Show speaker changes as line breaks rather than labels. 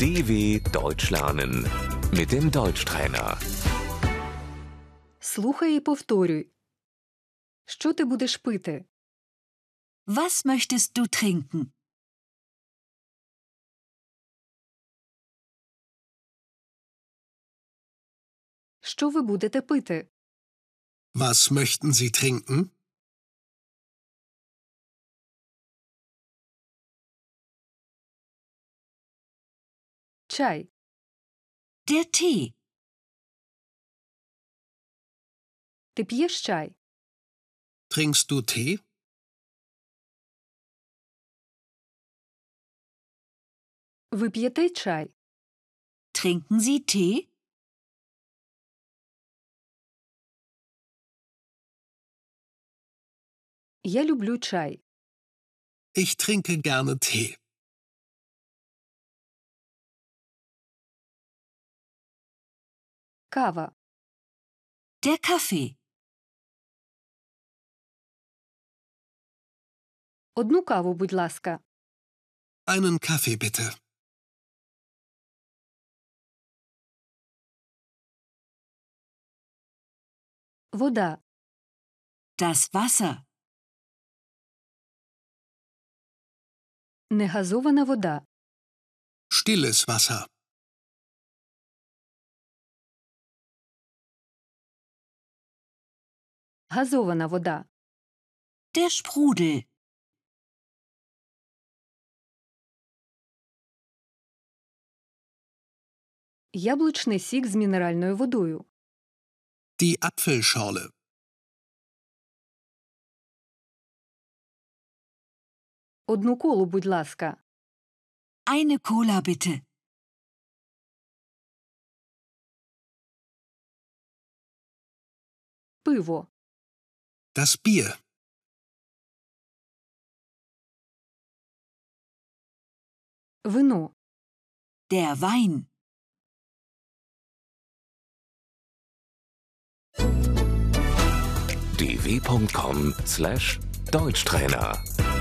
DW Deutsch lernen mit dem Deutschtrainer.
Слухай і повторюй. Що ти будеш пити?
Was möchtest du trinken?
Що ви будете пити?
Was möchten Sie trinken?
Чай,
Der Tee.
ти п'єш чай,
Trinkst du Tee?
ви п'єте чай,
Trinken Sie Tee?
я люблю чай.
Ich trinke gerne Tee.
Кава,
Der Kaffee.
одну каву, будь ласка.
Einen Kaffee bitte.
Вода,
Das Wasser.
негазована вода,
Stilles Wasser.
газована вода,
Der Sprudel.
яблучний сік з мінеральною водою,
Die Apfelschorle.
одну колу, будь ласка,
Eine Cola bitte.
пиво,
Das Bier.
вино,
Der Wein.
dw.com/deutschtrainer